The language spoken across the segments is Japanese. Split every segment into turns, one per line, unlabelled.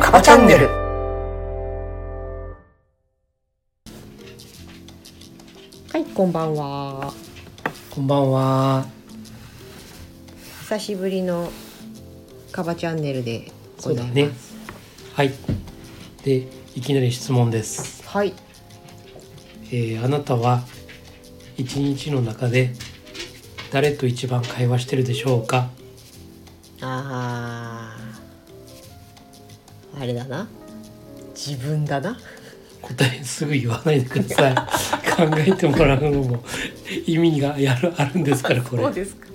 カバチャンネル
はい、こんばんは。
こんばんは
久しぶりのカバチャンネルで
そ
ご
う
ざ
だ
います。
ねはいでいきなり質問です、
はい。
えーあなたは一日の中で誰と一番会話してるでしょうか
ああ、あれだな。自分だな。
答えすぐ言わないでくださ い考えてもらうのも意味がやるあるんですからこれ
そ
は
うですか。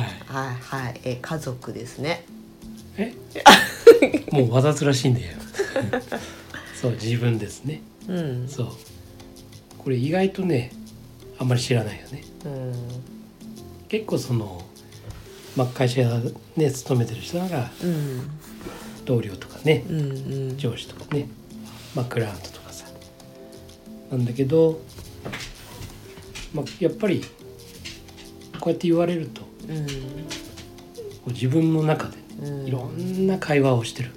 い
はいはい、え家族ですね。
えもうわざとらし いんだよそう自分ですね
うん。
そうこれ意外とねあんまり知らないよね
うん。
結構その、まあ、会社ね勤めてる人なんか
うん。
同僚とかね
うん。うん。
上司とかね、まあ、クライアントとかさなんだけど、まあ、やっぱりこうやって言われるとこ
うん。
う自分の中でね
うん
いろんな会話をしてる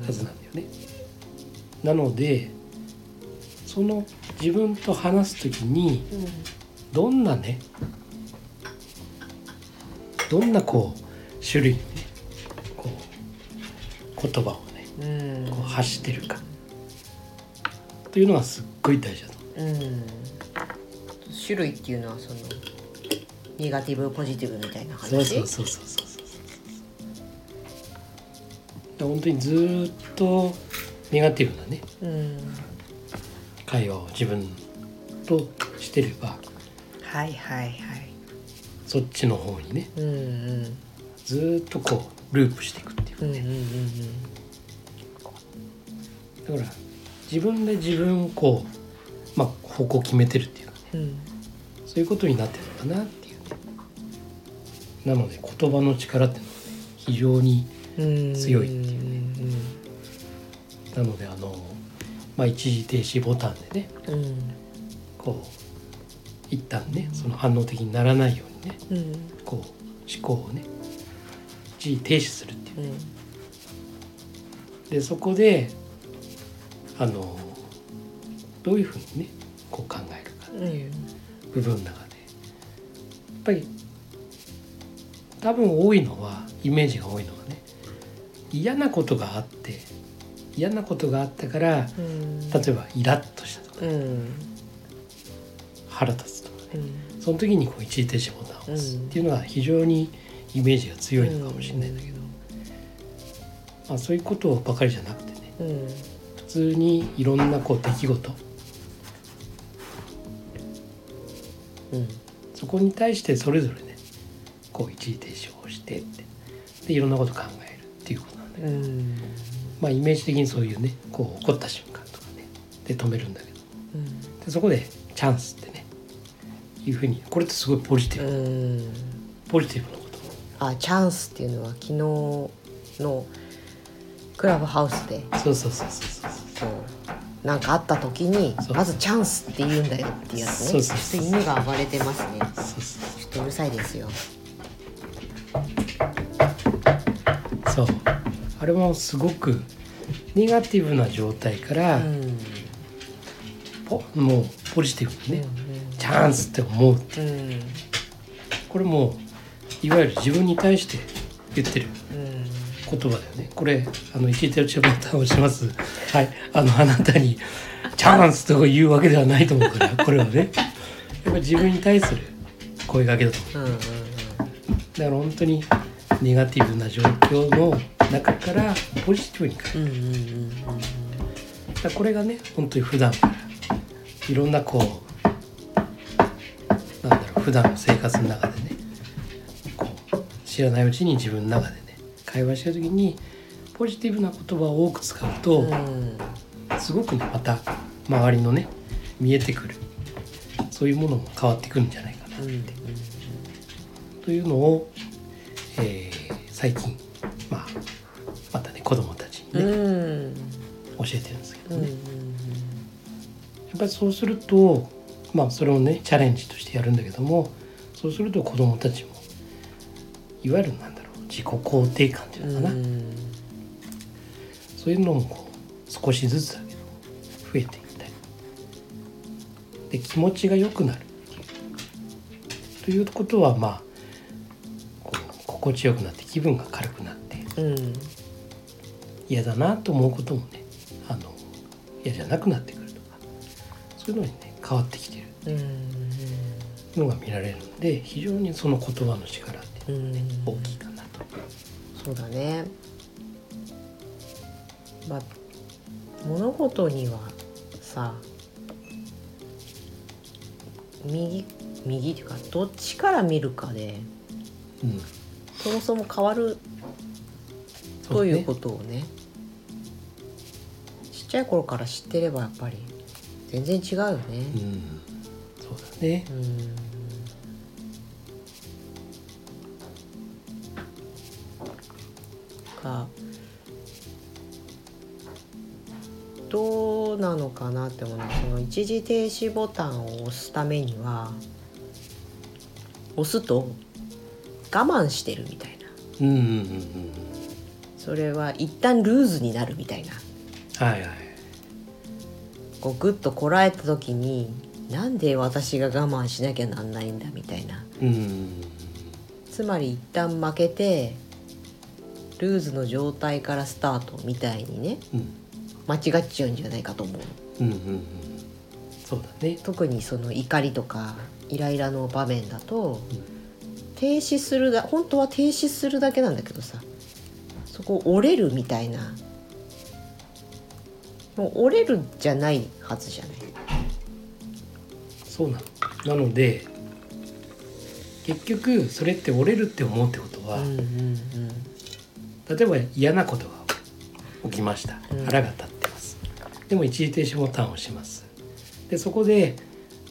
うん。
はずなんだよね。なのでその自分と話す時に
うん。
どんなねどんなこう種類のねこう言葉をね
うん。
こう発してるかというのはすっごい大事だと思
うん。種類っていうのはそのネガティブポジティブみたいな
う
話。
そうそうそうそうそうそうだから本当にずーっとネガティブなね
うん。
会話を自分としてれば
はいはいはい。
そっちの方にね
うんうん
ずーっとこうループしていくっていう
うんうんうん
だから自分で自分をこう、まあ、方向を決めてるっていうかね
うんうん
そういうことになってるのかなっていうねなので言葉の力っていうのはね非常に
うん
強いって
いうね
なのであの、まあ、一時停止ボタンでね
うん
こう一旦ねその反応的にならないようにね
うんうん
こう思考をね一時停止するっていう
うん
でそこであのどういうふうにねこう考えるかっていう部分の中でやっぱり多分多いのはイメージが多いのはね嫌なことがあって嫌なことがあったから
うん
例えばイラッとしたとか
うん
腹立つとかね
うん
その時にこう一時停止ボタンを押すっていうのは非常にイメージが強いのかもしれないんだけど、まあ、そういうことばかりじゃなくてね
うん
普通にいろんなこう出来事
うん
そこに対してそれぞれねこう一時停止をしてってでいろんなこと考えるっていうことなんだけど、
うん
まあ、イメージ的にそういうねこう怒った瞬間とかねで止めるんだけど
うん
でそこでチャンスってねいうふうにこれってすごいポジティブ、
うん
ポジティブなこと
あチャンスっていうのは昨日のクラブハウスで
そうそうそうそうそうそう
そうなんかあった時に
そう
まずチャンスって言うんだよっていうやつね
そうそうそう
ちょっと犬が暴れてますね
そうそう
ちょっとうるさいですよ
そうあれもすごくネガティブな状態から、
うん
ポもうポジティブにね、
う
チャンスって思う
う
ん
ん
これもういわゆる自分に対して言ってる
うん
言葉だよねこれあの一時停止ボタンを押しますはいあのあなたにチャンスとか言うわけではないと思うからこれはねやっぱり自分に対する声掛けだと思
うんうん
うだから本当にネガティブな状況の中からポジティブに変える
うんうんうん
だからこれがね本当に普段からいろんなこうなんだろう普段の生活の中でねこう知らないうちに自分の中でね会話してる時にポジティブな言葉を多く使うと、
うん
すごくねまた周りのね見えてくるそういうものも変わってくるんじゃないかな
うん
というのを、えー最近、まあ、またね子供たちにね、
うん
教えてるんですけ
う
ど
ん
ね、
うん
やっぱりそうするとまあそれをねチャレンジとしてやるんだけどもそうすると子どもたちもいわゆるなんだろう自己肯定感っていううんのかな、そういうのもこう少しずつだけど増えていったりで気持ちが良くなるということはまあこう心地よくなって気分が軽くなって
うん
嫌だなと思うこともねあの嫌じゃなくなってくるとかそういうのにね変わってきてる
うん
のが見られるので非常にその言葉の力って
うんうん
大きいかなと。
そうだねまあ物事にはさ右右っていうかどっちから見るかで
うん
そもそも変わる
そ
と
う
い
ね
うことをねちっちゃい頃から知ってればやっぱり全然違うよね。
うんそうだね
うんかどうなのかなって思うのはその一時停止ボタンを押すためには押すと我慢してるみたいな
うんうんうんうん
それは一旦ルーズになるみたいな
はいはい
こうグッとこらえた時になんで私が我慢しなきゃなんないんだみたいな
うん
つまり一旦負けてルーズの状態からスタートみたいにね
うん
間違っちゃうんじゃないかと思う
うんうんうんそうだね
特にその怒りとかイライラの場面だと停止するだ本当は停止するだけなんだけどさそこ折れるみたいなもう折れるじゃないはずじゃない
そうなのなので結局それって折れるって思うってことは、
うん
例えば嫌なことが起きました
うん
腹が立ってます、でも一時停止ボタンを押しますでそこで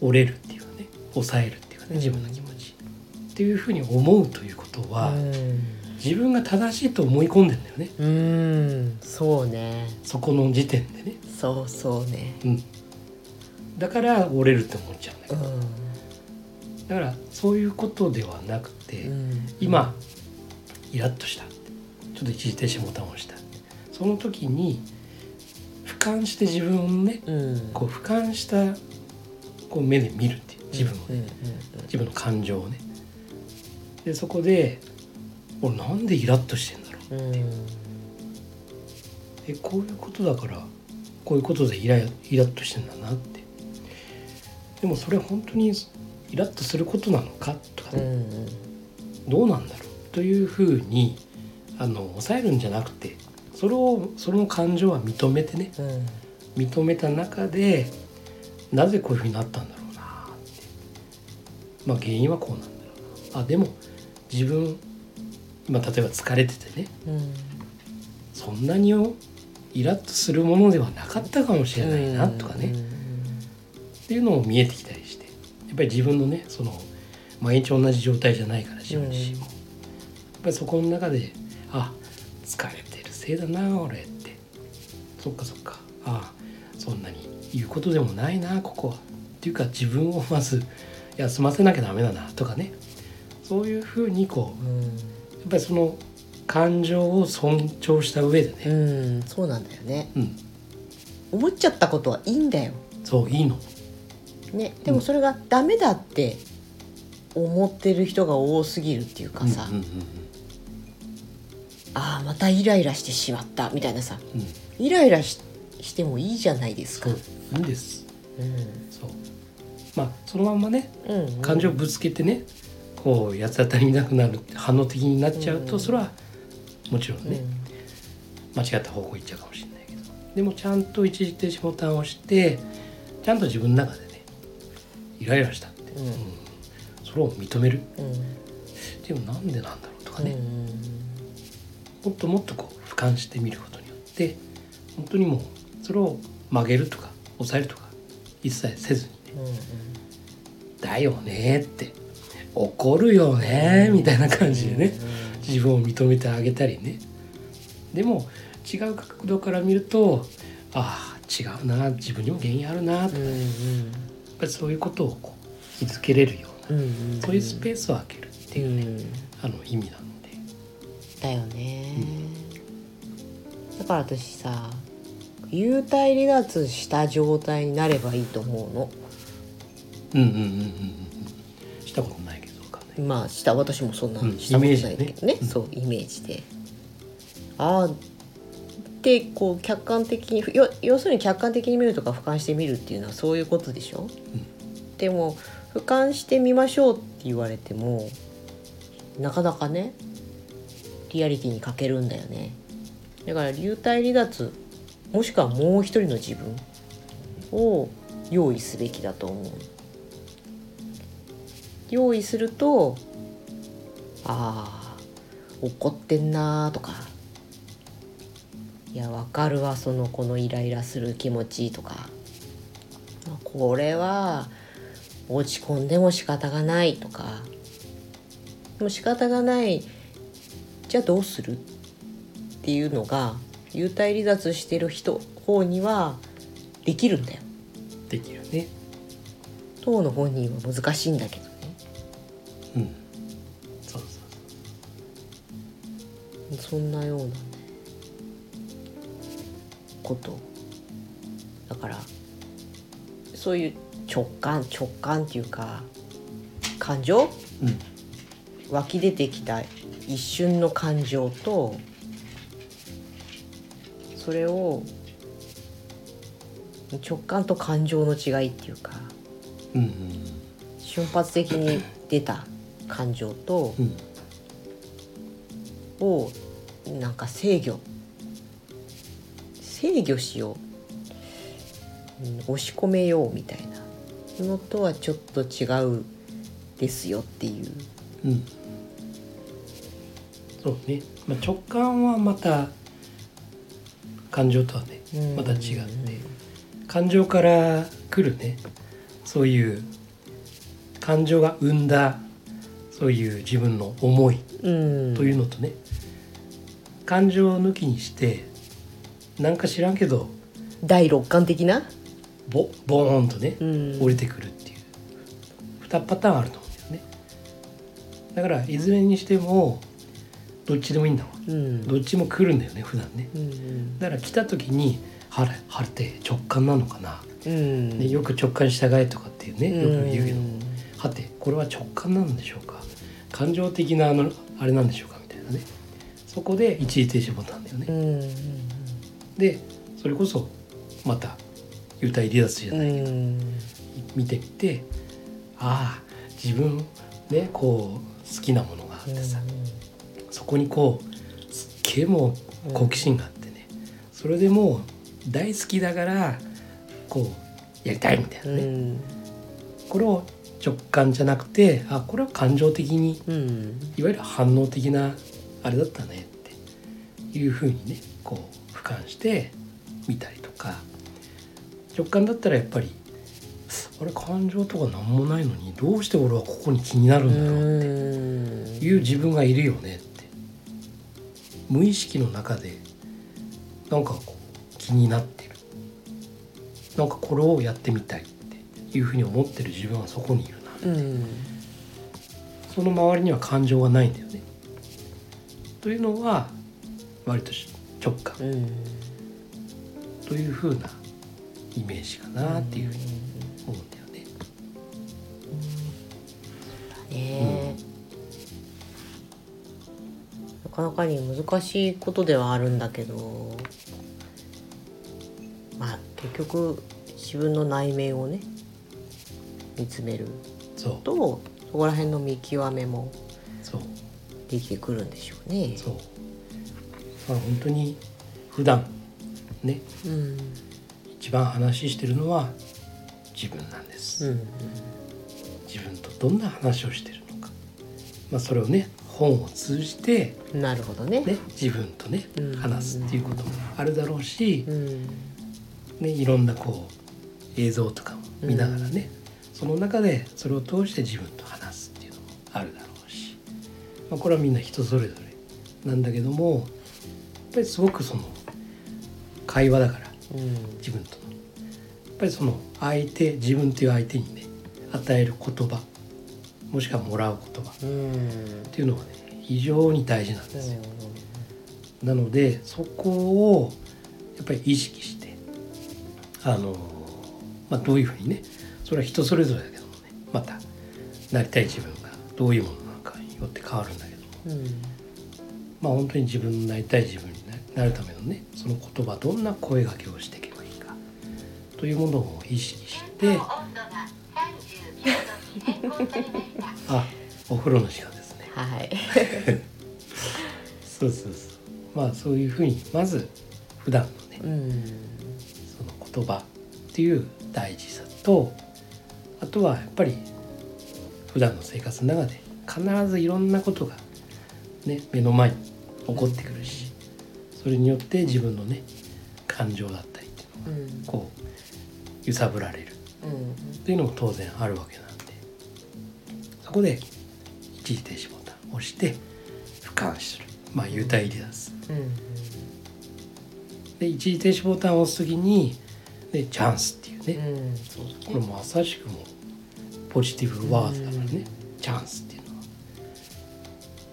折れるっていうかね抑えるっていうかね自分の気持ち、っていうふうに思うということは、自分が正しいと思い込んでんだよね
うんうんうんそうね
そこの時点でね、
そうそうね
うん、だから折れるって思っちゃうんだけ
う
ど、だからそういうことではなくて、
ん
今イラッとしたちょっと一時停止ボタンを押したその時に俯瞰して自分をね
うん
こう俯瞰したこう目で見るっていう自分をね、
うんうん
自分の感情をねでそこで俺なんでイラッとしてんだろう
うんうん
えこういうことだからこういうことでイライラッとしてんだなってでもそれ本当にイラッとすることなのかとかね、
うん
どうなんだろうというふうにあの抑えるんじゃなくてそれをその感情は認めてね
うん
認めた中でなぜこういうふうになったんだろうなってまあ原因はこうなんだろうなあでも自分今例えば疲れててね
うん
そんなにイラッとするものではなかったかもしれないなとかね、っていうのも見えてきたりしてやっぱり自分のねその毎日同じ状態じゃないから自分自身も、やっぱりそこの中であ疲れてるせいだな俺ってそっかそっかあそんなに言うことでもないなここはっていうか自分をまず休ませなきゃダメだなとかねそういうふうにこ
うん
うやっぱりその感情を尊重した上で
う
ね、
んうんそうなんだよね
うん、
思っちゃったことはいいんだよ
そういいの
ねでもそれがダメだって思ってる人が多すぎるっていうかさ、
うんうんうん
ああまたイライラしてしまったみたいなさ
うん、うん
イライラししてもいいじゃないですか
そういいんです
うん
そうまあそのまんまね
うんうん
感情ぶつけてねこう八つ当たりになくなる反応的になっちゃう
う
と
ん
それはもちろん
うん
ね間違った方向行っちゃうかもしれないけどでもちゃんと一時停止ボタンを押してちゃんと自分の中でねイライラしたって、
うん
うんそれを認める
うん
でもなんでなんだろうとか
うんう
ね、
ん
もっともっとこう俯瞰してみることによって本当にもうそれを曲げるとか抑えるとか一切せずにね
うん
だよねって怒るよねみたいな感じでね自分を認めてあげたりねでも違う角度から見るとあああ違うな自分にも原因あるなと
う
やっ
ん
ぱりそういうことをこう気づけれるよう
う
な、
んうん
そういうスペースを空けるっていう、
うん
あの意味なので、
だよね、だから私さ幽体離脱した状態になればいいと思うの
うんうんうんうんうんしたことないけどわかんない、
まあした私もそんな
うん
したことないんだけどね,、
イメージねうん
そうイメージでああってこう客観的によ要するに客観的に見るとか俯瞰して見るっていうのはそういうことでしょ、でも俯瞰してみましょうって言われてもなかなかねリアリティに欠けるんだよねだから流体離脱もしくはもう一人の自分を用意すべきだと思う用意するとあー怒ってんなーとかいやわかるわその子のイライラする気持ちとかまあこれは落ち込んでも仕方がないとかでも仕方がないじゃあどうするっていうのが幽体離脱してる人方にはできるんだよ。
できるね、
当の本人は難しいんだけどね。
うん、そうそう
そんなようなねことだからそういう直感直感っていうか感情
そううん
湧き出てきた一瞬の感情とそれを直感と感情の違いっていうか
うん
瞬発的に出た感情と
うんうん
をなんか制御制御しよう、うん、押し込めようみたいなのとはちょっと違うですよっていう
うんそうね、まあ、直感はまた感情とはね
うん
また違って、感情から来るねそういう感情が生んだそういう自分の思い
うん
というのとね、感情を抜きにしてなんか知らんけど
第六感的な、
ボボーンとね、
うん、
降りてくるっていう2パターンあると思うんだよねだからいずれにしてもどっちでもいいんだわ
うん
どっちも来るんだよね普段ね
うん
だから来た時に「晴れ晴れ」って直感なのかな、
うん
ね、よく直感に従えとかっていうねよく言うけど、
ん
はてこれは直感なんでしょうか感情的なあのあれなんでしょうかみたいなねそこで一時停止ボタンだよね、
うん
でそれこそまた幽体離脱じゃ
う
ない、
ん
見てみてああ自分ねこう好きなものがあってさ、そこにこうすっげえもう好奇心があってね、それでもう大好きだからこうやりたいみたいなね、
うん
これを直感じゃなくてあこれは感情的に
うん
いわゆる反応的なあれだったねっていうふうにねこう俯瞰して見たりとか直感だったらやっぱりあれ感情とか何もないのにどうして俺はここに気になるんだろう
うん
いう自分がいるよねって無意識の中でなんかこう気になってるなんかこれをやってみたいっていうふうに思ってる自分はそこにいる
う
な
ん
その周りには感情がないんだよね。というのは割と直感
うん
というふうなイメージかなっていうふうに思うんだよね。
ね、なかなかに難しいことではあるんだけどまあ結局自分の内面をね見つめる
そう
とそこら辺の見極めも
そう
できてくるんでしょうね。
そう。まあ本当に普段ね
うん
一番話してるのは自分なんです。
うん
自分とどんな話をしてるのか。まあそれをね本を通じて
うん、なるほどね。
ね自分とね
うん
話すっていうこともあるだろうし。
うん
ね、いろんなこう映像とかも見ながらね、その中でそれを通して自分と話すっていうのもあるだろうし、まあ、これはみんな人それぞれなんだけどもやっぱりすごくその会話だから
うん
自分とのやっぱりその相手自分という相手にね与える言葉もしくはもらう言葉っ
うん
ていうのはね非常に大事なんですよ、なのでそこをやっぱり意識してあの、まあ、どういうふうにねそれは人それぞれだけどもねまたなりたい自分がどういうものなのかによって変わるんだけども
うん
まあ本当に自分になりたい自分になるためのねその言葉どんな声がけをしていけばいいかというものを意識してあお風呂の時間ですね
はい
そうそうそうまあそういうふうにまず普段のね
うん
その言葉っていう大事さとあとはやっぱり普段の生活の中で必ずいろんなことが、ね、目の前に起こってくるしそれによって自分のね感情だったりっていうのが
うん
こう揺さぶられる
うん
っていうのも当然あるわけなんでそこで一時停止ボタンを押して俯瞰するまあ幽体離脱
うん
で一時停止ボタンを押す時にでチャンスっていうね、
うんそう
これまさしくもうポジティブワードだからね、チャンスっていうのはやっ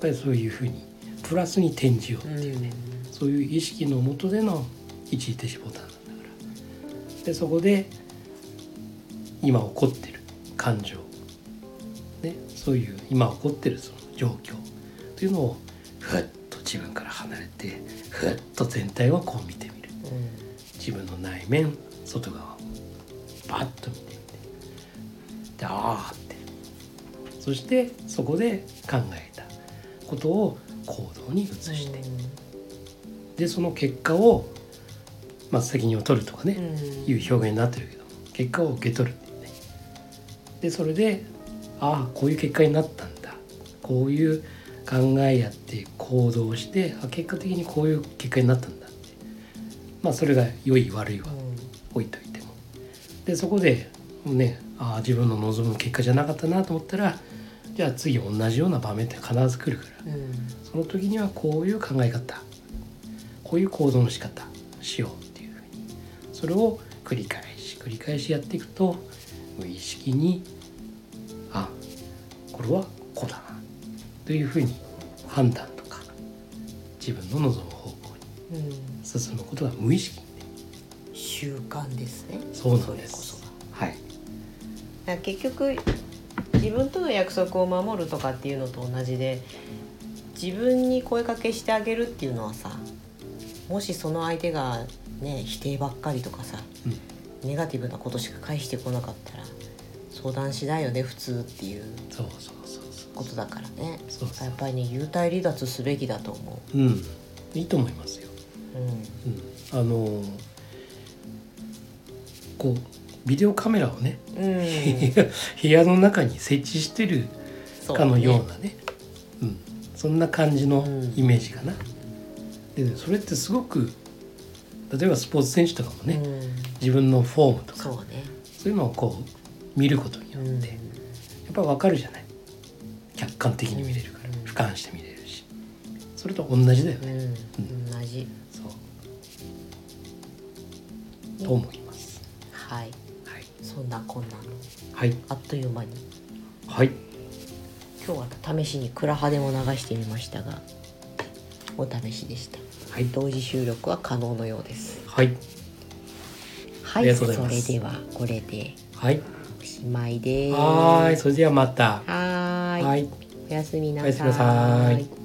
ぱりそういうふうにプラスに転じよう、
だね
そういう意識のもとでの一時停止ボタンなんだからでそこで今起こってる感情、ね、そういう今起こってるその状況というのをふっと自分から離れてふっと全体をこう見てみる自分の内面外側をバッと見てみてでああってそしてそこで考えたことを行動に移して、でその結果を、まあ、責任を取るとかね、いう表現になってるけども結果を受け取るっていうねでそれでああこういう結果になったんだこういう考えやって行動してあ結果的にこういう結果になったんだってまあそれが良い悪いは置いといてもでそこでねああ自分の望む結果じゃなかったなと思ったらじゃあ次同じような場面って必ず来るからその時にはこういう考え方こういう行動の仕方しようっていうふうにそれを繰り返し繰り返しやっていくと無意識にあこれはこうだなというふうに判断とか自分の望む方向に進むことが無意識にね
習慣ですね
そうなんです
それこ
はい
そが結局自分との約束を守るとかっていうのと同じで自分に声かけしてあげるっていうのはさもしその相手がね否定ばっかりとかさ
うん
ネガティブなことしか返してこなかったら相談しないよね普通っていう
そうそうそうそう
ことだからね
そうそう
やっぱりね幽体離脱すべきだと思
うん、いいと思いますよ。
う、う
うん、あのーこうビデオカメラをね、
んうん
部屋の中に設置してる
そう
かのようなねうん、そんな感じの
うん
イメージかな。でねそれってすごく例えばスポーツ選手とかもね、
うん
自分のフォームとか
そうね
そういうのをこう見ることによって、やっぱり分かるじゃない客観的に見れるから、
うん
俯瞰して見れるしそれと同じだよ
う
ね、
ん、同じ
そうと思います。
はい
はい
そんなこんなの
はい
あっという間に
はい
今日は試しに「クラハ」でも流してみましたがお試しでした
はい
同時収録は可能のようです
はい
は
あり
い
が
そ
と
う
ございま
れ
す
ではこれで
はい
おしまいです
はーいそれではまた
はーい
はい
おやすみな
おやすみなさい
さい